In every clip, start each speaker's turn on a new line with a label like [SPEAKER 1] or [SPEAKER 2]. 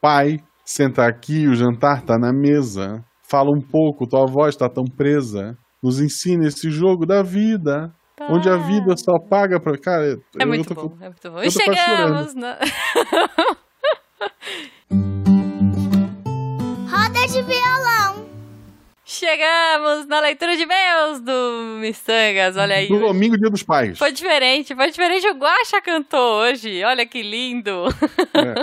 [SPEAKER 1] Pai, senta aqui, o jantar tá na mesa. Fala um pouco, tua voz tá tão presa. Nos ensina esse jogo da vida.
[SPEAKER 2] Pá.
[SPEAKER 1] Onde a vida só paga pra. Cara,
[SPEAKER 2] É muito
[SPEAKER 1] eu tô
[SPEAKER 2] bom, é muito bom.
[SPEAKER 1] eu
[SPEAKER 2] E
[SPEAKER 1] tô quase
[SPEAKER 2] chegamos na...
[SPEAKER 3] Roda de violão.
[SPEAKER 2] Chegamos na leitura de e-mails do Missangas, olha aí.
[SPEAKER 1] No domingo, dia dos pais.
[SPEAKER 2] Foi diferente, foi diferente. O Guaxa cantou hoje, olha que lindo.
[SPEAKER 1] É.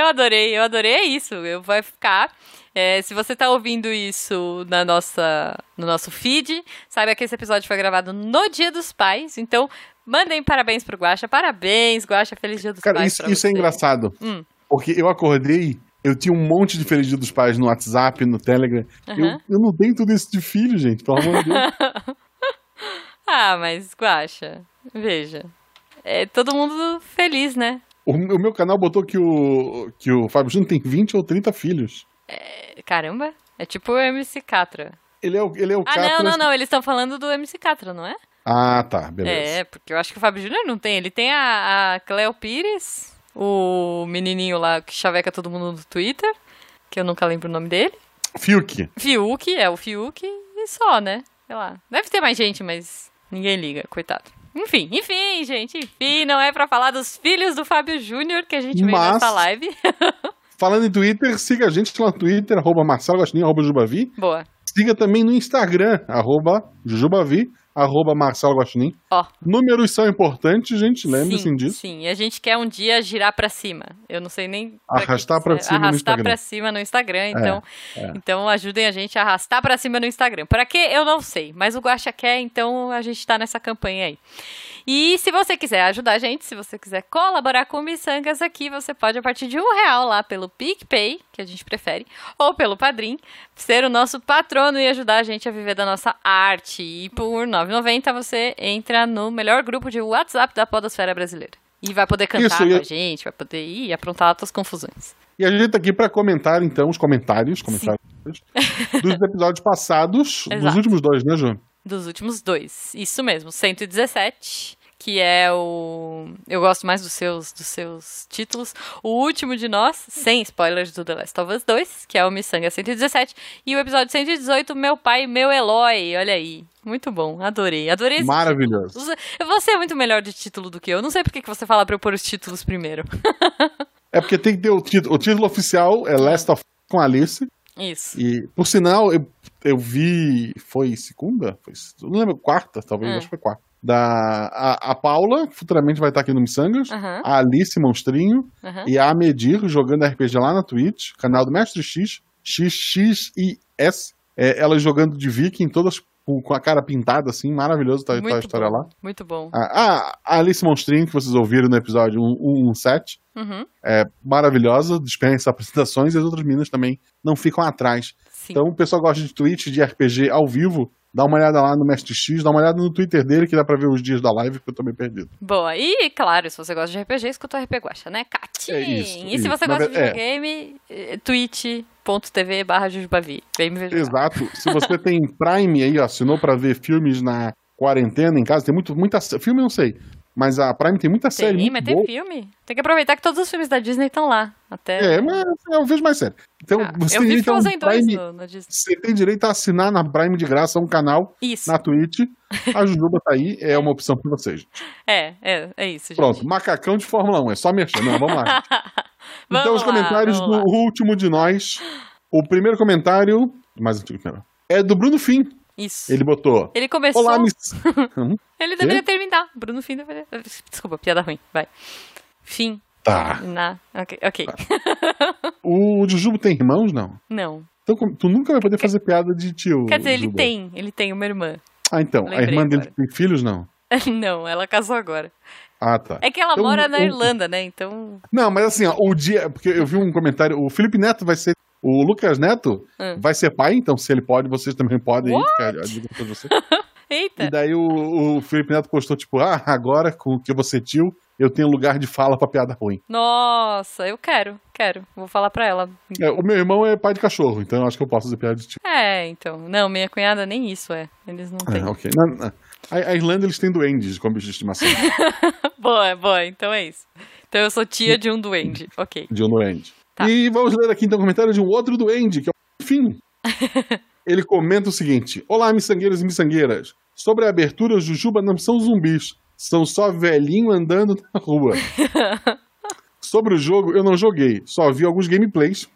[SPEAKER 2] Eu adorei, eu adorei. É isso, eu vai ficar. É, se você tá ouvindo isso na nossa, no nosso feed, saiba que esse episódio foi gravado no Dia dos Pais. Então, mandem parabéns pro Guaxa. Parabéns, Guaxa. Feliz Dia dos
[SPEAKER 1] Cara,
[SPEAKER 2] Pais.
[SPEAKER 1] isso,
[SPEAKER 2] pra
[SPEAKER 1] isso é
[SPEAKER 2] você.
[SPEAKER 1] engraçado.
[SPEAKER 2] Hum.
[SPEAKER 1] Porque eu acordei, eu tinha um monte de feliz dia dos pais no WhatsApp, no Telegram. Eu,
[SPEAKER 2] Aham.
[SPEAKER 1] eu não tenho tudo isso de filho, gente, pelo amor de Deus.
[SPEAKER 2] Ah, mas Guaxa, veja. É todo mundo feliz, né?
[SPEAKER 1] O, o meu canal botou que o, que o Fábio Júnior tem 20 ou 30 filhos.
[SPEAKER 2] Caramba, é tipo o MC Catra.
[SPEAKER 1] Ele é o, ele é o
[SPEAKER 2] Ah,
[SPEAKER 1] Catra-
[SPEAKER 2] não, não, não. Eles estão falando do MC Catra, não é?
[SPEAKER 1] Ah, tá, beleza.
[SPEAKER 2] É, porque eu acho que o Fábio Júnior não tem. Ele tem a, a Cleo Pires, o menininho lá que chaveca todo mundo no Twitter, que eu nunca lembro o nome dele.
[SPEAKER 1] Fiuk.
[SPEAKER 2] Fiuk, é o Fiuk e só, né? Sei lá. Deve ter mais gente, mas ninguém liga, coitado. Enfim, enfim, gente, enfim, não é pra falar dos filhos do Fábio Júnior que a gente veio
[SPEAKER 1] Mas-
[SPEAKER 2] nessa live.
[SPEAKER 1] Falando em Twitter, siga a gente lá no Twitter, arroba Marcelo Gostinho, arroba Jubavi.
[SPEAKER 2] Boa.
[SPEAKER 1] Siga também no Instagram, arroba Jujubavi, arroba Marcelo Gostinho.
[SPEAKER 2] Ó.
[SPEAKER 1] Números são importantes, gente, lembre-se
[SPEAKER 2] sim,
[SPEAKER 1] disso.
[SPEAKER 2] Sim, e a gente quer um dia girar pra cima. Eu não sei nem. pra que
[SPEAKER 1] Arrastar
[SPEAKER 2] que
[SPEAKER 1] pra
[SPEAKER 2] serve.
[SPEAKER 1] cima no
[SPEAKER 2] Arrastar
[SPEAKER 1] Instagram. É.
[SPEAKER 2] pra cima no Instagram. Então, então ajudem a gente a arrastar pra cima no Instagram. Pra quê? Eu não sei. Mas o Guaxa quer, então a gente tá nessa campanha aí. E se você quiser ajudar a gente, se você quiser colaborar com o Missangas aqui, você pode a partir de um real lá pelo PicPay, que a gente prefere, ou pelo Padrim, ser o nosso patrono e ajudar a gente a viver da nossa arte. E por R$ 9,90 você entra no melhor grupo de WhatsApp da podosfera brasileira. E vai poder cantar
[SPEAKER 1] Isso,
[SPEAKER 2] com
[SPEAKER 1] e-
[SPEAKER 2] a gente, vai poder ir e aprontar outras confusões.
[SPEAKER 1] E a gente tá aqui pra comentar, então, os comentários, comentários dos episódios passados, dos
[SPEAKER 2] Exato.
[SPEAKER 1] últimos dois, né, Ju?
[SPEAKER 2] Dos últimos dois. Isso mesmo, 117, que é o. Eu gosto mais dos seus, dos seus títulos. O último de nós, sem spoilers do The Last of Us 2, que é o Missanga 117. E o episódio 118, Meu Pai, Meu Eloy. Olha aí. Muito bom, adorei. Adorei esse
[SPEAKER 1] Maravilhoso.
[SPEAKER 2] título. Você é muito melhor de título do que eu. Não sei por que que você fala pra eu pôr os títulos primeiro.
[SPEAKER 1] É porque tem que ter o título. O título oficial é Last of Us com Alice.
[SPEAKER 2] Isso.
[SPEAKER 1] E, por sinal, eu, eu vi. Foi segunda? Foi, eu não lembro, quarta, talvez,
[SPEAKER 2] É.
[SPEAKER 1] acho que foi quarta. Da, a, a Paula, futuramente vai estar aqui no Missangas.
[SPEAKER 2] Aham,
[SPEAKER 1] A Alice Monstrinho
[SPEAKER 2] aham.
[SPEAKER 1] e a Medir jogando RPG lá na Twitch, canal do Mestre X, XXIS. É, elas jogando de Viking, todas com com a cara pintada, assim, maravilhoso tá, tá
[SPEAKER 2] Muito
[SPEAKER 1] a história
[SPEAKER 2] bom.
[SPEAKER 1] lá.
[SPEAKER 2] Muito bom.
[SPEAKER 1] A, a- a Alice Monstrinho, que vocês ouviram no episódio 117,
[SPEAKER 2] Uhum,
[SPEAKER 1] é maravilhosa, dispensa apresentações e as outras meninas também não ficam atrás.
[SPEAKER 2] sim.
[SPEAKER 1] Então, o pessoal gosta de Twitch, de RPG ao vivo, dá uma olhada lá no Mestre X, dá uma olhada no Twitter dele, que dá pra ver os dias da live, porque eu tô meio perdido.
[SPEAKER 2] Boa, e claro, se você gosta de RPG, escuta o RPG Guacha, né? Catim!
[SPEAKER 1] É isso,
[SPEAKER 2] e se
[SPEAKER 1] isso. é.
[SPEAKER 2] você
[SPEAKER 1] Na
[SPEAKER 2] gosta de
[SPEAKER 1] verdade-
[SPEAKER 2] videogame, é. twitch.tv barra Jujubavi. Vem me ver. jogar.
[SPEAKER 1] Exato. Se você tem Prime aí, ó, assinou pra ver filmes na quarentena em casa, tem muito, muita. sé- Filme eu não sei. Mas a Prime tem muita série.
[SPEAKER 2] Tem,
[SPEAKER 1] muito
[SPEAKER 2] mas
[SPEAKER 1] boa.
[SPEAKER 2] tem filme. Tem que aproveitar que todos os filmes da Disney estão lá. Até.
[SPEAKER 1] É, mas eu vejo mais sério. Então,
[SPEAKER 2] né? Ah,
[SPEAKER 1] você
[SPEAKER 2] eu
[SPEAKER 1] tem
[SPEAKER 2] vi
[SPEAKER 1] direito a um
[SPEAKER 2] Frozen né? 2
[SPEAKER 1] Prime-
[SPEAKER 2] no, no Disney.
[SPEAKER 1] Você tem direito a assinar na Prime de graça um canal
[SPEAKER 2] Isso.
[SPEAKER 1] na Twitch. A Jujuba tá aí, é uma opção pra vocês.
[SPEAKER 2] É, é, é isso, gente.
[SPEAKER 1] Pronto, macacão de Fórmula 1, é só mexer. Não, vamos lá.
[SPEAKER 2] Vamos
[SPEAKER 1] então, os
[SPEAKER 2] lá,
[SPEAKER 1] comentários
[SPEAKER 2] vamos
[SPEAKER 1] do
[SPEAKER 2] lá.
[SPEAKER 1] último de nós. O primeiro comentário, mais antigo primeiro, é do Bruno Fim.
[SPEAKER 2] Isso. Ele,
[SPEAKER 1] Ele botou:
[SPEAKER 2] começou.
[SPEAKER 1] Olá, miss. Hum?
[SPEAKER 2] Ele deveria terminar. Bruno Fim deveria. Desculpa, piada ruim. Vai. Fim.
[SPEAKER 1] Tá.
[SPEAKER 2] Na. Ok. ok.
[SPEAKER 1] Ah. O Jujubo tem irmãos? Não.
[SPEAKER 2] Não.
[SPEAKER 1] Então, como- tu nunca vai poder fazer piada de tio.
[SPEAKER 2] Quer dizer, ele
[SPEAKER 1] Jujuba.
[SPEAKER 2] tem. Ele tem uma irmã.
[SPEAKER 1] Ah, então. a
[SPEAKER 2] Lembrei
[SPEAKER 1] irmã dele
[SPEAKER 2] agora.
[SPEAKER 1] tem filhos? Não.
[SPEAKER 2] Não, ela casou agora.
[SPEAKER 1] Ah, tá.
[SPEAKER 2] É que ela
[SPEAKER 1] Então,
[SPEAKER 2] mora na
[SPEAKER 1] o-
[SPEAKER 2] Irlanda, né? Então.
[SPEAKER 1] Não, mas assim, ó, o dia. Porque eu vi um comentário. O Felipe Neto vai ser. O Lucas Neto
[SPEAKER 2] Hum.
[SPEAKER 1] vai ser pai, então se ele pode, vocês também podem. Fica a dica pra você. E
[SPEAKER 2] Eita!
[SPEAKER 1] daí o, o Felipe Neto postou, tipo, ah, agora com o que você tio, eu tenho lugar de fala pra piada ruim.
[SPEAKER 2] Nossa, eu quero, quero. Vou falar pra ela.
[SPEAKER 1] É, o meu irmão é pai de cachorro, então eu acho que eu posso fazer piada de tio.
[SPEAKER 2] É, então. Não, minha cunhada nem isso é. Eles não têm.
[SPEAKER 1] Ah, ok. Não, não. A, a Irlanda, eles têm duendes como bicho de estimação.
[SPEAKER 2] boa, boa, então é isso. Então eu sou tia de um duende. Ok.
[SPEAKER 1] de um duende.
[SPEAKER 2] Tá.
[SPEAKER 1] E vamos ler aqui então o comentário de um outro duende, que é o Fim. Ele comenta o seguinte: Olá, miçangueiros e miçangueiras. Sobre a abertura, Jujuba não são zumbis, são só velhinho andando na rua. Sobre o jogo, eu não joguei, só vi alguns gameplays.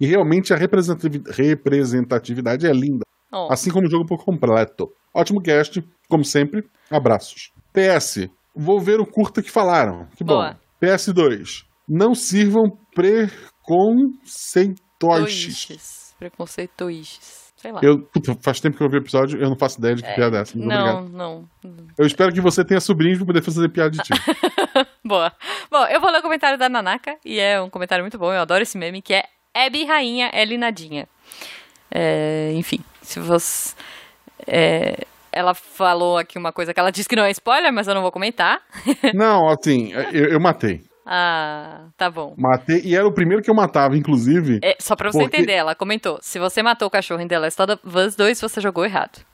[SPEAKER 1] E realmente a representativi- representatividade é linda
[SPEAKER 2] Ó,
[SPEAKER 1] assim como o jogo por completo. Ótimo cast, como sempre. Abraços. PS, vou ver o curta que falaram. Que
[SPEAKER 2] Boa.
[SPEAKER 1] bom. PS2, não sirvam preconceitoides.
[SPEAKER 2] toiches. Preconceitoiches. Sei lá.
[SPEAKER 1] Eu, puta, faz tempo que eu vi o episódio, eu não faço ideia de que piada é essa. Muito
[SPEAKER 2] não,
[SPEAKER 1] obrigado.
[SPEAKER 2] não.
[SPEAKER 1] Eu espero que você tenha sobrinhos pra poder fazer piada de ti.
[SPEAKER 2] Boa. Bom, eu vou ler o comentário da Nanaka, e é um comentário muito bom, eu adoro esse meme, que é Hebe Rainha é Linadinha. É, enfim, se você. é, ela falou aqui uma coisa que ela disse que não é spoiler, mas eu não vou comentar.
[SPEAKER 1] não, assim, eu, eu matei.
[SPEAKER 2] Ah, tá bom.
[SPEAKER 1] Matei, e era o primeiro que eu matava, inclusive.
[SPEAKER 2] É, só pra você
[SPEAKER 1] Porque-
[SPEAKER 2] entender, ela comentou: se você matou o cachorro em The Last of Us 2, você jogou errado.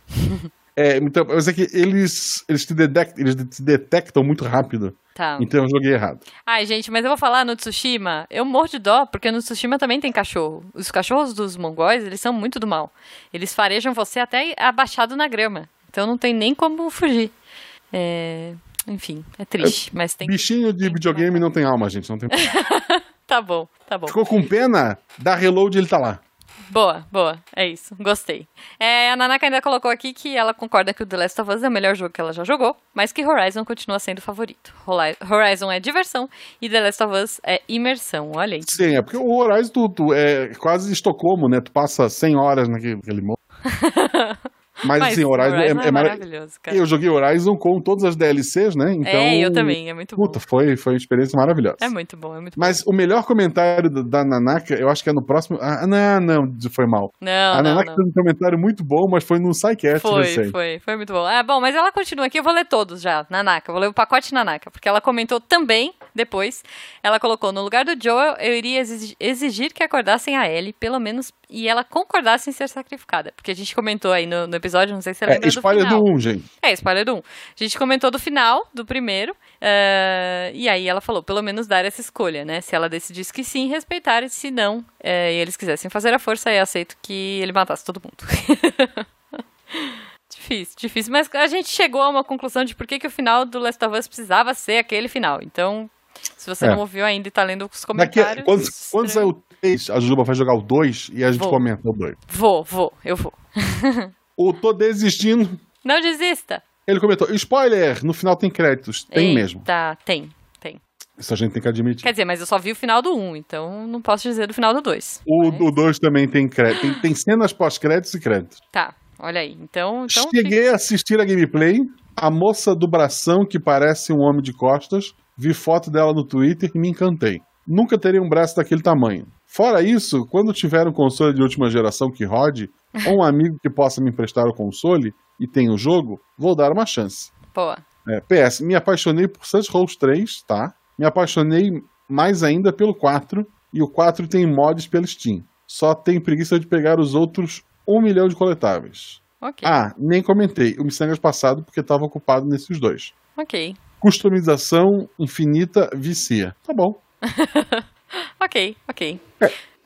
[SPEAKER 1] É, então, mas é que eles, eles, te detect, eles te detectam muito rápido.
[SPEAKER 2] Tá.
[SPEAKER 1] Então eu joguei errado.
[SPEAKER 2] Ai, gente, mas eu vou falar no Tsushima. Eu morro de dó, porque no Tsushima também tem cachorro. Os cachorros dos mongóis, eles são muito do mal. Eles farejam você até abaixado na grama. Então não tem nem como fugir. É, Enfim, é triste, mas tem que...
[SPEAKER 1] Bichinho de
[SPEAKER 2] tem que
[SPEAKER 1] videogame
[SPEAKER 2] matar.
[SPEAKER 1] não tem alma, gente. Não tem...
[SPEAKER 2] Tá bom, tá bom.
[SPEAKER 1] Ficou com pena? Dá reload ele tá lá.
[SPEAKER 2] Boa, boa. É isso. Gostei. É, a Nanaka ainda colocou aqui que ela concorda que o The Last of Us é o melhor jogo que ela já jogou, mas que Horizon continua sendo o favorito. Holi- Horizon é diversão e The Last of Us é imersão. Olha aí.
[SPEAKER 1] Sim, é porque o Horizon tu, tu é quase Estocolmo, né? Tu passa 100 horas naquele naquele mo- Mas, assim, Horizon, é- é,
[SPEAKER 2] é
[SPEAKER 1] mara-
[SPEAKER 2] maravilhoso, cara.
[SPEAKER 1] Eu joguei Horizon com todas as DLCs, né? Então,
[SPEAKER 2] é, eu também, é muito
[SPEAKER 1] Puta,
[SPEAKER 2] bom.
[SPEAKER 1] foi, foi uma experiência maravilhosa.
[SPEAKER 2] É muito bom, é muito bom.
[SPEAKER 1] Mas o melhor comentário da, da Nanaka, eu acho que é no próximo. Ah, não, não, foi mal.
[SPEAKER 2] Não,
[SPEAKER 1] a
[SPEAKER 2] não,
[SPEAKER 1] Nanaka é
[SPEAKER 2] não.
[SPEAKER 1] fez um comentário muito bom, mas foi no Psycast
[SPEAKER 2] Foi,
[SPEAKER 1] recente.
[SPEAKER 2] foi, foi muito bom. Ah, bom, mas ela continua aqui, eu vou ler todos já, Nanaka, eu vou ler o pacote Nanaka, porque ela comentou também, depois, ela colocou, no lugar do Joel, eu iria exigi- exigir que acordassem a Ellie, pelo menos, e ela concordasse em ser sacrificada, porque a gente comentou aí no, no episódio, não sei se você lembra
[SPEAKER 1] É, spoiler
[SPEAKER 2] do
[SPEAKER 1] do
[SPEAKER 2] final.
[SPEAKER 1] 1, gente.
[SPEAKER 2] É, spoiler do 1. A gente comentou do final, do primeiro, eh, e aí ela falou, pelo menos dar essa escolha, né? Se ela decidisse que sim, respeitar, e se não, eh, e eles quisessem fazer a força, aí eu aceito que ele matasse todo mundo. difícil, difícil, mas a gente chegou a uma conclusão de por que, que o final do Last of Us precisava ser aquele final. Então, se você
[SPEAKER 1] É.
[SPEAKER 2] não ouviu ainda e tá lendo os
[SPEAKER 1] Daqui,
[SPEAKER 2] comentários... é
[SPEAKER 1] quando, quando sair é o 3, a Juba vai jogar o 2 e a gente
[SPEAKER 2] Vou.
[SPEAKER 1] comenta o 2.
[SPEAKER 2] Vou, vou, eu vou.
[SPEAKER 1] Ou tô desistindo,
[SPEAKER 2] Não desista!
[SPEAKER 1] Ele comentou, spoiler, no final tem créditos. Tem mesmo.
[SPEAKER 2] Tá, tem, tem.
[SPEAKER 1] Isso a gente tem que admitir.
[SPEAKER 2] Quer dizer, mas eu só vi o final do 1, então não posso dizer do final do 2.
[SPEAKER 1] O 2 também tem crédito. Tem, tem cenas pós-créditos e créditos.
[SPEAKER 2] Tá, olha aí. Então, então
[SPEAKER 1] Cheguei a assistir a gameplay. A moça do bração, que parece um homem de costas, vi foto dela no Twitter e me encantei. Nunca terei um braço daquele tamanho. Fora isso, quando tiver um console de última geração que rode, ou um amigo que possa me emprestar o console e tenha o jogo, vou dar uma chance.
[SPEAKER 2] fica- boa.
[SPEAKER 1] É, PS, me apaixonei por Suns Rolls 3, tá? Me apaixonei mais ainda pelo 4, e o 4 tem mods pelo Steam. Só tem preguiça de pegar os outros 1 milhão de coletáveis.
[SPEAKER 2] Ok,
[SPEAKER 1] Ah, nem comentei, o Missangas é passado porque estava ocupado nesses dois.
[SPEAKER 2] ok,
[SPEAKER 1] Customização infinita vicia. Tá bom,
[SPEAKER 2] ok, ok.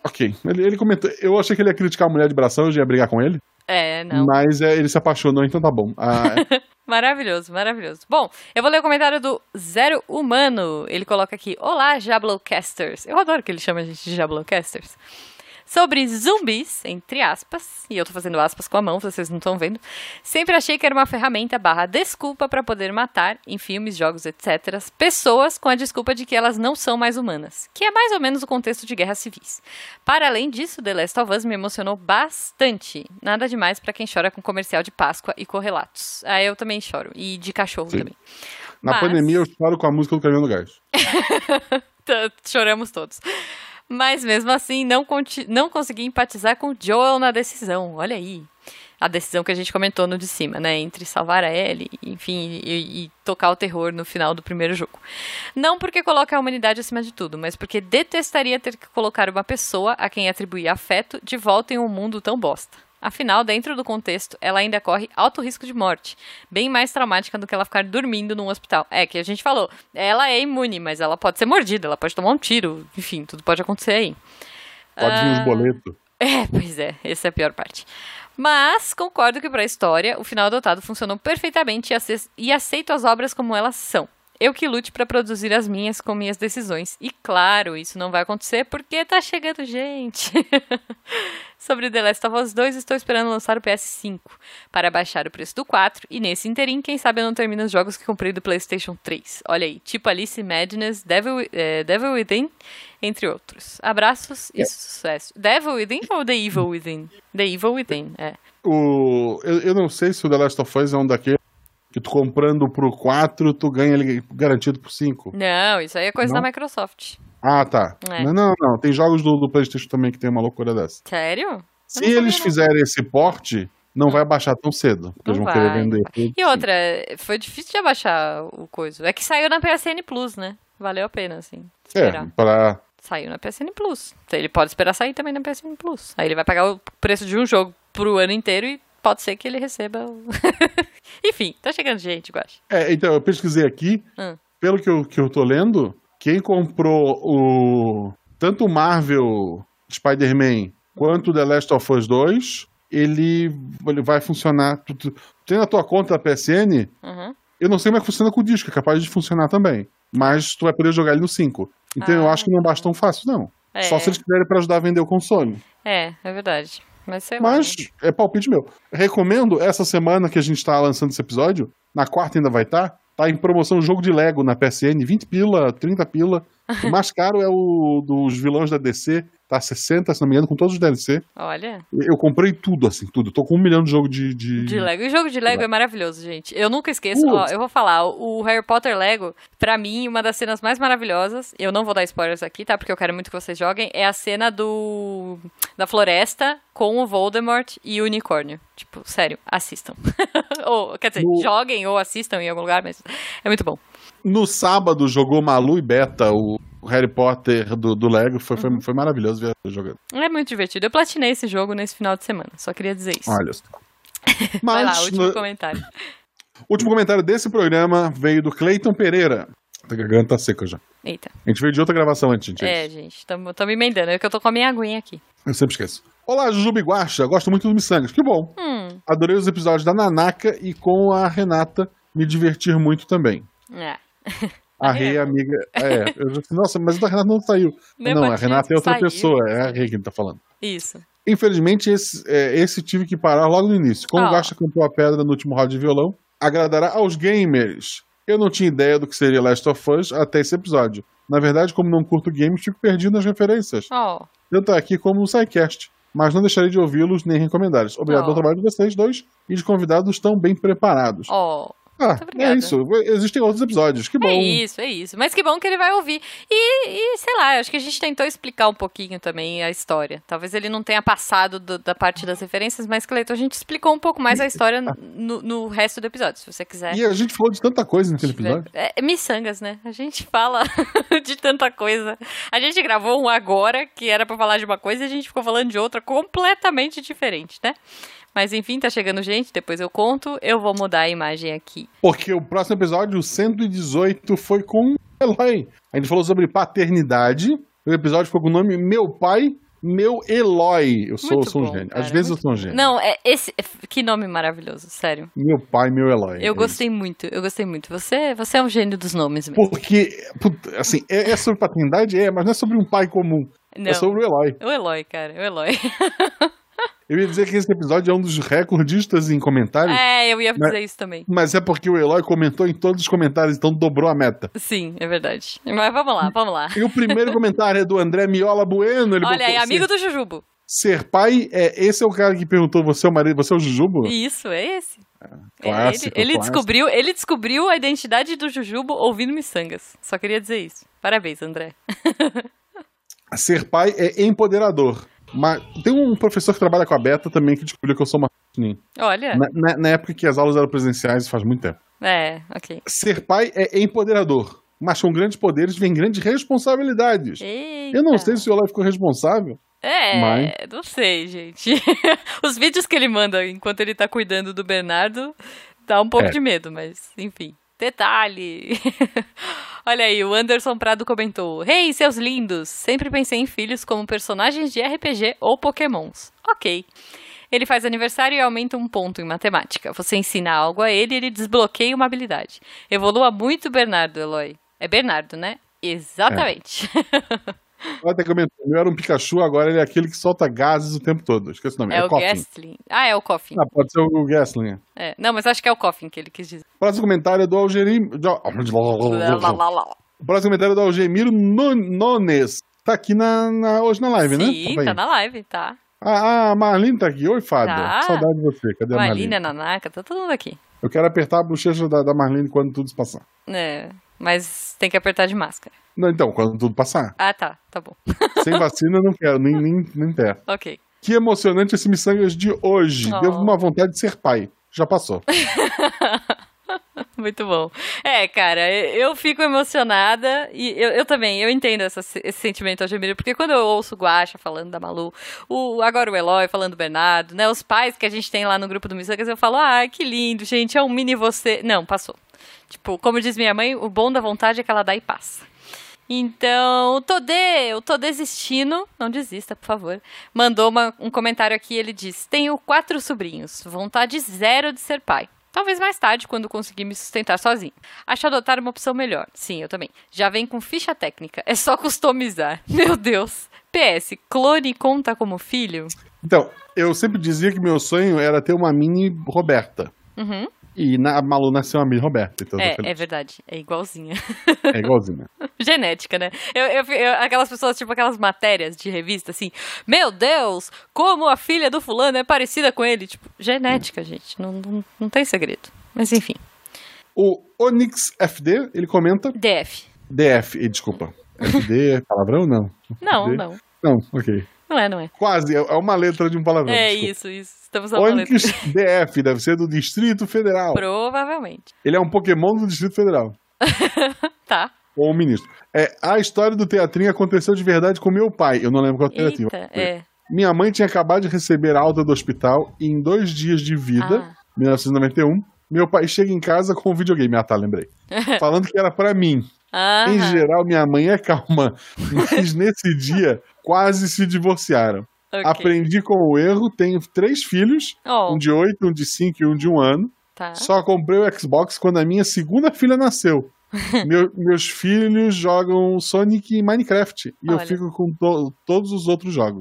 [SPEAKER 1] ok. Ele, ele comentou, eu achei que ele ia criticar a mulher de bração, eu já ia brigar com ele,
[SPEAKER 2] É, não.
[SPEAKER 1] mas é, ele se apaixonou, então tá bom. Ah,
[SPEAKER 2] Maravilhoso, maravilhoso. Bom, eu vou ler o comentário do Zero Humano. Ele coloca aqui: Olá, Jablocasters. Eu adoro que ele chama a gente de Jablocasters. Sobre zumbis, entre aspas, e eu tô fazendo aspas com a mão, vocês não estão vendo. Sempre achei que era uma ferramenta barra desculpa pra poder matar, em filmes, jogos, etc., pessoas com a desculpa de que elas não são mais humanas, que é mais ou menos o contexto de guerras civis. Para além disso, The Last of Us me emocionou bastante. Nada demais pra quem chora com comercial de Páscoa e correlatos. Ah, eu também choro. E de cachorro
[SPEAKER 1] Sim.
[SPEAKER 2] também.
[SPEAKER 1] na
[SPEAKER 2] Mas-
[SPEAKER 1] pandemia eu choro com a música do Caminhão do Gás.
[SPEAKER 2] T- Choramos todos. Mas mesmo assim, não, conti- não consegui empatizar com o Joel na decisão. Olha aí. A decisão que a gente comentou no de cima, né? Entre salvar a Ellie, enfim, e, e tocar o terror no final do primeiro jogo. Não porque coloca a humanidade acima de tudo, mas porque detestaria ter que colocar uma pessoa a quem atribuir afeto de volta em um mundo tão bosta. Afinal, dentro do contexto, ela ainda corre alto risco de morte, bem mais traumática do que ela ficar dormindo num hospital. É que a gente falou, ela é imune, mas ela pode ser mordida, ela pode tomar um tiro, enfim, tudo pode acontecer aí.
[SPEAKER 1] Pode vir
[SPEAKER 2] Ah.
[SPEAKER 1] os boletos.
[SPEAKER 2] É, pois é, essa é a pior parte. Mas concordo que para a história, o final adotado funcionou perfeitamente e, ace e aceito as obras como elas são. Eu que lute para produzir as minhas com minhas decisões. E claro, isso não vai acontecer porque tá chegando gente. Sobre The Last of Us 2, estou esperando lançar o PS5 para baixar o preço do 4 e nesse interim, quem sabe eu não termino os jogos que comprei do PlayStation 3. Olha aí, tipo Alice Madness, Devil, eh, Devil Within, entre outros. Abraços
[SPEAKER 1] É.
[SPEAKER 2] e sucesso. Devil Within ou The Evil Within? The Evil Within, é.
[SPEAKER 1] O... Eu, eu não sei se o The Last of Us é um daqueles que tu comprando pro 4, tu ganha ele garantido por 5.
[SPEAKER 2] Não, isso aí é coisa
[SPEAKER 1] Não?
[SPEAKER 2] da Microsoft.
[SPEAKER 1] Ah, tá.
[SPEAKER 2] É.
[SPEAKER 1] Não, não, não. Tem jogos do, do PlayStation também que tem uma loucura dessa.
[SPEAKER 2] Sério?
[SPEAKER 1] Se
[SPEAKER 2] não sabia,
[SPEAKER 1] eles
[SPEAKER 2] não.
[SPEAKER 1] fizerem esse porte, não vai baixar tão cedo. Porque
[SPEAKER 2] Não
[SPEAKER 1] eles vão
[SPEAKER 2] vai,
[SPEAKER 1] querer
[SPEAKER 2] não
[SPEAKER 1] vender.
[SPEAKER 2] vai. E outra, foi difícil de abaixar o coisa. É que saiu na PSN Plus, né? Valeu a pena, assim, esperar.
[SPEAKER 1] É, pra.
[SPEAKER 2] Saiu na PSN Plus. Então, Ele pode esperar sair também na PSN Plus. Aí ele vai pagar o preço de um jogo pro ano inteiro e pode ser que ele receba. o- Enfim, tá chegando gente, eu acho.
[SPEAKER 1] É, então, eu pesquisei aqui,
[SPEAKER 2] Hum.
[SPEAKER 1] pelo que eu, que eu tô lendo, quem comprou o. Tanto o Marvel Spider-Man quanto o The Last of Us 2, ele, ele vai funcionar. Tu, tu, tem na tua conta da PSN,
[SPEAKER 2] Uhum.
[SPEAKER 1] eu não sei como é que funciona com o disco, é capaz de funcionar também. Mas tu vai poder jogar ele no 5. Então eu
[SPEAKER 2] Ah,
[SPEAKER 1] acho que não baixa tão fácil, não.
[SPEAKER 2] É,
[SPEAKER 1] Só se eles quiserem pra ajudar a vender o console.
[SPEAKER 2] é, é verdade. Mas sei lá,
[SPEAKER 1] Mas
[SPEAKER 2] né?
[SPEAKER 1] é palpite meu. Recomendo essa semana que a gente tá lançando esse episódio, na quarta ainda vai estar, tá, em promoção o jogo de Lego na PSN, 20 pila, 30 pila. O mais caro é o dos vilões da DC, tá 60, se não me engano, com todos os DLC.
[SPEAKER 2] Olha,
[SPEAKER 1] Eu comprei tudo, assim, tudo. Tô com um milhão de jogo de. de...
[SPEAKER 2] de Lego. E o jogo de Lego
[SPEAKER 1] Lá.
[SPEAKER 2] é maravilhoso, gente. Eu nunca esqueço.
[SPEAKER 1] Uhum. Putz.
[SPEAKER 2] Ó, eu vou falar, o Harry Potter Lego, pra mim, uma das cenas mais maravilhosas, eu não vou dar spoilers aqui, tá? Porque eu quero muito que vocês joguem, é a cena do da floresta com o Voldemort e o unicórnio. Tipo, sério, assistam. ou, quer dizer,
[SPEAKER 1] No-
[SPEAKER 2] joguem ou assistam em algum lugar, mas é muito bom.
[SPEAKER 1] No sábado jogou Malu e Beta, o Harry Potter do, do Lego. Foi, foi, foi maravilhoso ver ela jogando.
[SPEAKER 2] É muito divertido. Eu platinei esse jogo nesse final de semana, só queria dizer isso.
[SPEAKER 1] Olha só.
[SPEAKER 2] Vai lá,
[SPEAKER 1] Mas,
[SPEAKER 2] último
[SPEAKER 1] no-
[SPEAKER 2] comentário.
[SPEAKER 1] último comentário desse programa veio do Cleiton Pereira. A garganta tá seca já.
[SPEAKER 2] Eita.
[SPEAKER 1] A gente veio de outra gravação antes, gente.
[SPEAKER 2] É, gente, tamo, tamo emendando. É que eu tô com a minha aguinha aqui.
[SPEAKER 1] Eu sempre esqueço. Olá, Jujuba e Guaxa. Gosto muito do Missangas. Que bom.
[SPEAKER 2] Hum.
[SPEAKER 1] Adorei os episódios da Nanaka e com a Renata me divertir muito também.
[SPEAKER 2] É.
[SPEAKER 1] A Rei, amiga. É, eu já disse, nossa, mas a Renata não saiu.
[SPEAKER 2] Meu
[SPEAKER 1] não, a
[SPEAKER 2] Deus,
[SPEAKER 1] Renata é outra
[SPEAKER 2] saiu.
[SPEAKER 1] pessoa. É a Rei que ele tá falando.
[SPEAKER 2] Isso.
[SPEAKER 1] Infelizmente, esse, é, esse tive que parar logo no início. Como
[SPEAKER 2] Ah.
[SPEAKER 1] o Guaxa cantou a pedra no último round de violão, agradará aos gamers. Eu não tinha ideia do que seria Last of Us até esse episódio. Na verdade, como não curto games, fico perdido nas referências.
[SPEAKER 2] Ó.
[SPEAKER 1] Eu estou aqui como um sidecast, mas não deixarei de ouvi-los nem recomendá-los. Obrigado
[SPEAKER 2] Oh.
[SPEAKER 1] pelo trabalho de vocês dois e de convidados tão bem preparados.
[SPEAKER 2] Ó.
[SPEAKER 1] ah, é
[SPEAKER 2] obrigada.
[SPEAKER 1] isso. Existem outros episódios. Que bom.
[SPEAKER 2] É isso, é isso. Mas que bom que ele vai ouvir. E, e, sei lá, acho que a gente tentou explicar um pouquinho também a história. Talvez ele não tenha passado do- da parte das referências, mas, Cleiton, a gente explicou um pouco mais a história no, no resto do episódio, se você quiser.
[SPEAKER 1] E a gente falou de tanta coisa naquele episódio.
[SPEAKER 2] É, é miçangas, né? A gente fala de tanta coisa. A gente gravou um agora que era pra falar de uma coisa e a gente ficou falando de outra completamente diferente, né? Mas enfim, tá chegando gente, depois eu conto. Eu vou mudar a imagem aqui.
[SPEAKER 1] Porque o próximo episódio, o 118, foi com Eloy. A gente falou sobre paternidade. O episódio ficou com o nome Meu Pai, Meu Eloy. Eu sou,
[SPEAKER 2] Muito
[SPEAKER 1] eu sou um
[SPEAKER 2] bom,
[SPEAKER 1] gênio.
[SPEAKER 2] cara,
[SPEAKER 1] Às vezes eu
[SPEAKER 2] muito
[SPEAKER 1] sou um gênio.
[SPEAKER 2] Não, é esse que nome maravilhoso, sério.
[SPEAKER 1] Meu Pai, Meu Eloy.
[SPEAKER 2] Eu
[SPEAKER 1] É
[SPEAKER 2] gostei muito, eu gostei muito. Você, você é um gênio dos nomes
[SPEAKER 1] isso.
[SPEAKER 2] mesmo.
[SPEAKER 1] Porque, puta, assim, é, é sobre paternidade? É, mas não é sobre um pai comum.
[SPEAKER 2] Não,
[SPEAKER 1] É sobre o Eloy.
[SPEAKER 2] o Eloy, cara, o Eloy.
[SPEAKER 1] Eu ia dizer que esse episódio é um dos recordistas em comentários,
[SPEAKER 2] É, eu ia
[SPEAKER 1] Mas-
[SPEAKER 2] dizer isso também.
[SPEAKER 1] mas é porque o Eloy comentou em todos os comentários, então dobrou a meta.
[SPEAKER 2] Sim, é verdade. Mas vamos lá, vamos lá.
[SPEAKER 1] E o primeiro comentário é do André Miola Bueno. Ele
[SPEAKER 2] Olha
[SPEAKER 1] botou,
[SPEAKER 2] aí, amigo
[SPEAKER 1] ser,
[SPEAKER 2] do Jujubo.
[SPEAKER 1] ser pai, é, esse é o cara que perguntou, você é o marido, você é o Jujubo?
[SPEAKER 2] Isso, é esse. É,
[SPEAKER 1] clássico,
[SPEAKER 2] ele, ele
[SPEAKER 1] clássico.
[SPEAKER 2] descobriu, ele descobriu a identidade do Jujubo ouvindo miçangas. Só queria dizer isso. Parabéns, André.
[SPEAKER 1] Ser pai é empoderador. Mas tem um professor que trabalha com a Beta também que descobriu que eu sou uma...
[SPEAKER 2] Olha,
[SPEAKER 1] Na, na- na época que as aulas eram presenciais, faz muito tempo.
[SPEAKER 2] é, ok.
[SPEAKER 1] Ser pai é empoderador, mas com grandes poderes vem grandes responsabilidades. Eu não sei se o Eloy ficou responsável,
[SPEAKER 2] É,
[SPEAKER 1] Mas-
[SPEAKER 2] não sei, gente. Os vídeos que ele manda enquanto ele tá cuidando do Bernardo dá um pouco
[SPEAKER 1] É.
[SPEAKER 2] de medo, mas enfim. Detalhe! Olha aí, o Anderson Prado comentou: Hey, seus lindos! Sempre pensei em filhos como personagens de RPG ou Pokémons. Ok. Ele faz aniversário e aumenta um ponto em matemática. Você ensina algo a ele e ele desbloqueia uma habilidade. Evolua muito, Bernardo, Eloy. É Bernardo, né? Exatamente.
[SPEAKER 1] Ela até comentou, eu era um Pikachu, agora ele é aquele que solta gases o tempo todo. Esqueci o nome.
[SPEAKER 2] É,
[SPEAKER 1] É,
[SPEAKER 2] o
[SPEAKER 1] Coffin.
[SPEAKER 2] Gastling. Ah, é o Coffin.
[SPEAKER 1] Ah, pode ser o Gasling.
[SPEAKER 2] É, Não, mas acho que é o Coffin que ele quis dizer.
[SPEAKER 1] Próximo comentário é do Algerim. de-
[SPEAKER 2] Lá, lá, lá, lá.
[SPEAKER 1] Próximo comentário é do Algemiro Non- Nones. Tá aqui na, na- hoje na live, né?
[SPEAKER 2] Sim,
[SPEAKER 1] aí.
[SPEAKER 2] tá na live, tá.
[SPEAKER 1] Ah, a Marlene tá aqui. Oi, Fábio.
[SPEAKER 2] Tá.
[SPEAKER 1] Saudade de você. Cadê a Marlene?
[SPEAKER 2] Marlene, a Nanaka, tá todo mundo aqui.
[SPEAKER 1] Eu quero apertar a bochecha da, da Marlene quando tudo se passar.
[SPEAKER 2] É, mas tem que apertar de máscara.
[SPEAKER 1] Não, então, quando tudo passar.
[SPEAKER 2] Ah, tá, tá bom.
[SPEAKER 1] Sem vacina eu não quero, nem, nem, nem perto.
[SPEAKER 2] ok.
[SPEAKER 1] Que emocionante esse Missangas de hoje.
[SPEAKER 2] Oh.
[SPEAKER 1] Deu uma vontade de ser pai. Já passou.
[SPEAKER 2] Muito bom. É, cara, eu fico emocionada e eu, eu também, eu entendo essa- esse sentimento, Algemiro, porque quando eu ouço o Guaxa falando da Malu, o, agora o Eloy falando do Bernardo, né, os pais que a gente tem lá no grupo do Missangas, eu falo, ai, que lindo, gente, é um mini você. Não, passou. Tipo, como diz minha mãe, o bom da vontade é que ela dá e passa. Então, o Todê, eu tô desistindo, não desista, por favor. Mandou uma- um comentário aqui, ele diz: Tenho quatro sobrinhos, vontade zero de ser pai. Talvez mais tarde, quando conseguir me sustentar sozinho. Acho adotar uma opção melhor. Sim, eu também. Já vem com ficha técnica, é só customizar. Meu Deus. PS, clone conta como filho?
[SPEAKER 1] Então, eu sempre dizia que meu sonho era ter uma mini Roberta.
[SPEAKER 2] Uhum.
[SPEAKER 1] E na, a Malu nasceu uma mini Roberta. Então eu tô
[SPEAKER 2] É, é
[SPEAKER 1] feliz.
[SPEAKER 2] verdade. É igualzinha.
[SPEAKER 1] é igualzinho.
[SPEAKER 2] Genética, né? Eu, eu- eu- aquelas pessoas, tipo aquelas matérias de revista, assim. Meu Deus, como a filha do fulano é parecida com ele. Tipo, genética,
[SPEAKER 1] Hum.
[SPEAKER 2] gente. Não, não, não tem segredo. Mas enfim.
[SPEAKER 1] O Onyx FD, ele comenta.
[SPEAKER 2] DF.
[SPEAKER 1] DF, eh, desculpa. FD é palavrão? Não.
[SPEAKER 2] Não,
[SPEAKER 1] D?
[SPEAKER 2] não.
[SPEAKER 1] Não, ok.
[SPEAKER 2] Não é, não é.
[SPEAKER 1] Quase, é é uma letra de um palavrão.
[SPEAKER 2] é
[SPEAKER 1] desculpa.
[SPEAKER 2] isso, é isso. Estamos na paleta.
[SPEAKER 1] Onyx DF, deve ser do Distrito Federal.
[SPEAKER 2] Provavelmente.
[SPEAKER 1] Ele é um Pokémon do Distrito Federal.
[SPEAKER 2] Tá.
[SPEAKER 1] Ou um ministro. É, a história do teatrinho aconteceu de verdade com meu pai. Eu não lembro qual alternativa.
[SPEAKER 2] Eita, é.
[SPEAKER 1] Minha mãe tinha acabado de receber alta do hospital e em dois dias de vida,
[SPEAKER 2] Ah.
[SPEAKER 1] 1991, meu pai chega em casa com um videogame. Ah, tá, lembrei. Falando que era pra mim. Em
[SPEAKER 2] Ah. Aham,
[SPEAKER 1] geral, minha mãe é calma, mas nesse dia quase se divorciaram.
[SPEAKER 2] ok.
[SPEAKER 1] Aprendi com o erro, tenho três filhos,
[SPEAKER 2] Oh,
[SPEAKER 1] um de oito, um de cinco e um de um ano.
[SPEAKER 2] tá.
[SPEAKER 1] Só comprei o Xbox quando a minha segunda filha nasceu. Meu- meus filhos jogam Sonic e Minecraft. E
[SPEAKER 2] Olha.
[SPEAKER 1] eu fico com to- todos os outros jogos.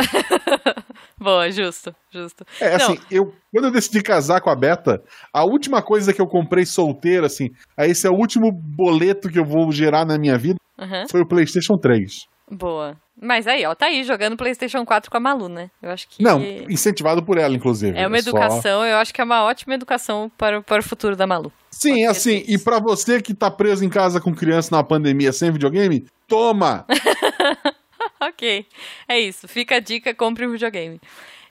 [SPEAKER 2] Boa, justo, justo.
[SPEAKER 1] É
[SPEAKER 2] Não.
[SPEAKER 1] assim, eu, quando eu decidi casar com a Beta, a última coisa que eu comprei solteira, assim, ah, esse é o último boleto que eu vou gerar na minha vida,
[SPEAKER 2] Aham,
[SPEAKER 1] foi o PlayStation 3.
[SPEAKER 2] Boa. Mas aí, ó, tá aí jogando PlayStation 4 com a Malu, né? Eu acho que.
[SPEAKER 1] Não, incentivado por ela, inclusive.
[SPEAKER 2] É uma
[SPEAKER 1] só-
[SPEAKER 2] educação, eu acho que é uma ótima educação para, o- para o futuro da Malu.
[SPEAKER 1] Sim, é assim, e pra você que tá preso em casa com criança na pandemia sem videogame, toma!
[SPEAKER 2] ok, é isso. Fica a dica, compre um videogame.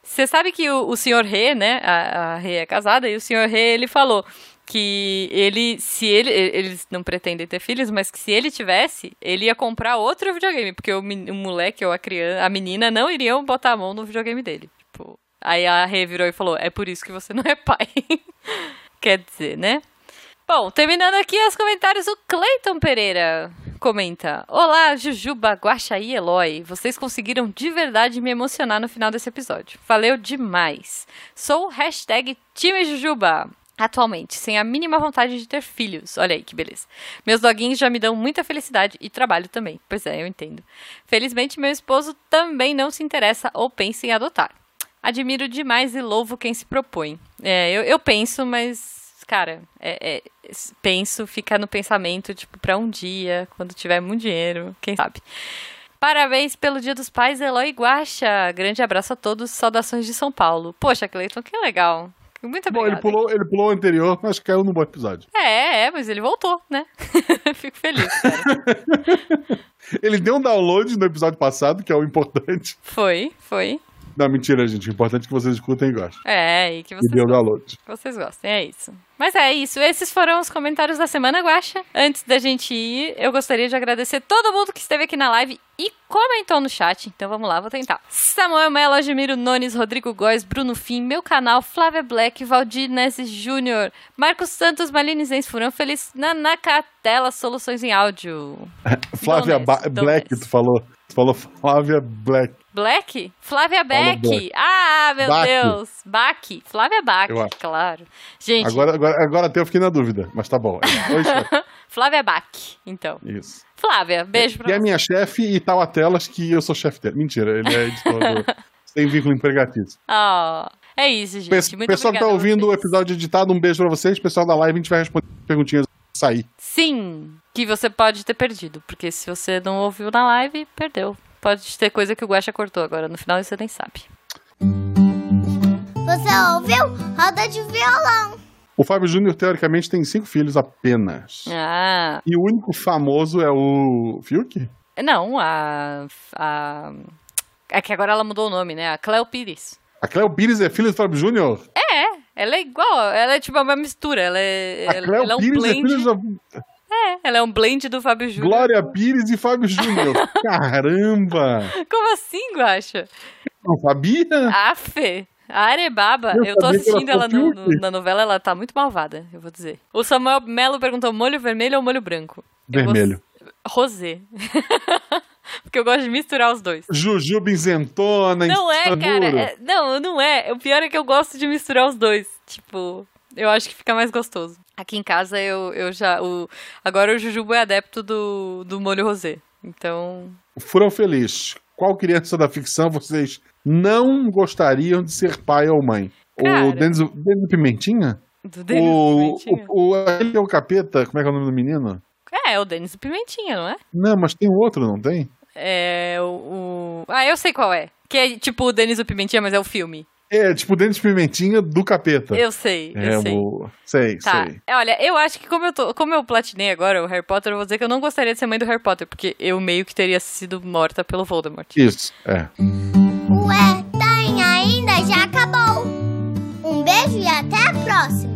[SPEAKER 2] Você sabe que o, o senhor Rê, né? A, a Rê é casada e o senhor Rê, ele falou que ele, se ele, e- eles não pretendem ter filhos, mas que se ele tivesse, ele ia comprar outro videogame, porque o, men- o moleque ou a criança, a menina não iriam botar a mão no videogame dele. Tipo, aí a Rê virou e falou: "É por isso que você não é pai". Quer dizer, né? Bom, terminando aqui os comentários, o Cleiton Pereira comenta: Olá, Jujuba, Guaxa e Eloy. Vocês conseguiram de verdade me emocionar no final desse episódio. Valeu demais. Sou o hashtag Time Jujuba. Atualmente, sem a mínima vontade de ter filhos. Olha aí que beleza. Meus doguinhos já me dão muita felicidade e trabalho também. Pois é, eu entendo. Felizmente, meu esposo também não se interessa ou pensa em adotar. Admiro demais e louvo quem se propõe. É, eu, eu penso, mas, cara, é- é, s- penso, fica no pensamento, tipo, pra um dia, quando tiver muito dinheiro, quem sabe. Parabéns pelo Dia dos Pais, Eloy Guaxa. Grande abraço a todos, saudações de São Paulo. Poxa, Cleiton, que legal. Muito
[SPEAKER 1] Bom,
[SPEAKER 2] obrigada.
[SPEAKER 1] ele pulou, ele pulou o anterior, mas caiu no bom episódio.
[SPEAKER 2] É, é, mas ele voltou, né? Fico feliz, cara.
[SPEAKER 1] Ele deu um download no episódio passado, que é o importante.
[SPEAKER 2] Foi, foi.
[SPEAKER 1] Não, mentira, gente. O importante é que vocês escutem e gostem.
[SPEAKER 2] É, e que
[SPEAKER 1] E
[SPEAKER 2] vocês,
[SPEAKER 1] deu download.
[SPEAKER 2] que vocês gostem, é isso. Mas é isso, esses foram os comentários da semana, Guaxa. Antes da gente ir, eu gostaria de agradecer todo mundo que esteve aqui na live e comentou no chat. Então vamos lá, vou tentar. Samuel Mello, Admiro Nunes, Rodrigo Góes, Bruno Fim, meu canal, Flávia Black, Valdir Nesses Júnior, Marcos Santos, Marlene Zenz, Furão Feliz, Nanacatela, Soluções em Áudio.
[SPEAKER 1] Flávia
[SPEAKER 2] Domes,
[SPEAKER 1] Ba- Black,
[SPEAKER 2] Domes.
[SPEAKER 1] tu falou. Tu falou Flávia Black.
[SPEAKER 2] Black? Flávia
[SPEAKER 1] Paula
[SPEAKER 2] Beck. Ah, meu
[SPEAKER 1] Bach.
[SPEAKER 2] Deus. Bach. Flávia Bach,
[SPEAKER 1] Eu acho.
[SPEAKER 2] claro. Gente,
[SPEAKER 1] Agora, agora, agora até eu fiquei na dúvida, mas tá bom. Pois é,
[SPEAKER 2] Flávia Bach, então.
[SPEAKER 1] Isso.
[SPEAKER 2] Flávia, beijo pra
[SPEAKER 1] E é
[SPEAKER 2] você.
[SPEAKER 1] minha chefe e tal a telas que eu sou chefe dele. Mentira, ele é editor do... Sem vínculo empregatício.
[SPEAKER 2] Ó, é isso, gente.
[SPEAKER 1] Pes-
[SPEAKER 2] Muito
[SPEAKER 1] pessoal que tá
[SPEAKER 2] obrigada a
[SPEAKER 1] ouvindo o
[SPEAKER 2] vocês.
[SPEAKER 1] episódio editado, um beijo pra vocês. Pessoal da live, a gente vai responder perguntinhas e sair.
[SPEAKER 2] Sim, que você pode ter perdido. Porque se você não ouviu na live, perdeu. Pode ter coisa que o Guaxa cortou agora no final e você nem sabe.
[SPEAKER 3] Você ouviu? Roda de violão.
[SPEAKER 1] O Fábio Júnior, teoricamente, tem cinco filhos apenas.
[SPEAKER 2] Ah,
[SPEAKER 1] E o único famoso é o Fiuk?
[SPEAKER 2] não, a, a... É que agora ela mudou o nome, né? A Cleo Pires.
[SPEAKER 1] A Cleo Pires é filha do Fábio Júnior?
[SPEAKER 2] É, ela é igual, ela é tipo uma mistura, ela é,
[SPEAKER 1] A
[SPEAKER 2] ela,
[SPEAKER 1] Cleo
[SPEAKER 2] ela é um
[SPEAKER 1] Pires é
[SPEAKER 2] blend,
[SPEAKER 1] filha da
[SPEAKER 2] é, ela é um blend do Fábio Júnior.
[SPEAKER 1] Glória Pires e Fábio Júnior. Caramba!
[SPEAKER 2] Como assim, Guaxa?
[SPEAKER 1] Não
[SPEAKER 2] Ah,
[SPEAKER 1] sabia?
[SPEAKER 2] Afe, a Arebaba,
[SPEAKER 1] Eu
[SPEAKER 2] eu, tô
[SPEAKER 1] sabia que ela
[SPEAKER 2] assistindo ela no- no-
[SPEAKER 1] fofinha.
[SPEAKER 2] na novela, ela tá muito malvada, eu vou dizer. O Samuel Melo perguntou, molho vermelho ou molho branco? Eu vou-
[SPEAKER 1] Vermelho.
[SPEAKER 2] Rosé. Porque eu gosto de misturar os dois.
[SPEAKER 1] Juju Benzentona,
[SPEAKER 2] Não é, cara.
[SPEAKER 1] Instanuro.
[SPEAKER 2] é- não, não é. O pior é que eu gosto de misturar os dois. Tipo, eu acho que fica mais gostoso. Aqui em casa eu, eu já. O, agora o Jujubo é adepto do, do molho rosé. Então.
[SPEAKER 1] Furão Feliz. Qual criança da ficção vocês não gostariam de ser pai ou mãe? O
[SPEAKER 2] Cara.
[SPEAKER 1] Denis, Denis Pimentinha?
[SPEAKER 2] Do Denis
[SPEAKER 1] O,
[SPEAKER 2] Pimentinha.
[SPEAKER 1] o, o, ele é o capeta, como é que é o nome do menino?
[SPEAKER 2] É, é o Denis Pimentinha, não é?
[SPEAKER 1] Não, mas tem um outro, não tem?
[SPEAKER 2] É o, o- Ah, eu sei qual é. Que é tipo o Denis o Pimentinha, mas é o filme.
[SPEAKER 1] É, tipo, Denis Pimentinha do capeta.
[SPEAKER 2] Eu sei,
[SPEAKER 1] é,
[SPEAKER 2] eu sei.
[SPEAKER 1] o... Sei,
[SPEAKER 2] Tá.
[SPEAKER 1] sei.
[SPEAKER 2] É, Olha, eu acho que como eu, tô, como eu platinei agora o Harry Potter, eu vou dizer que eu não gostaria de ser mãe do Harry Potter, porque eu meio que teria sido morta pelo Voldemort.
[SPEAKER 1] Isso, é.
[SPEAKER 3] tá Ué, tem ainda? Já acabou. Um beijo e até a próxima.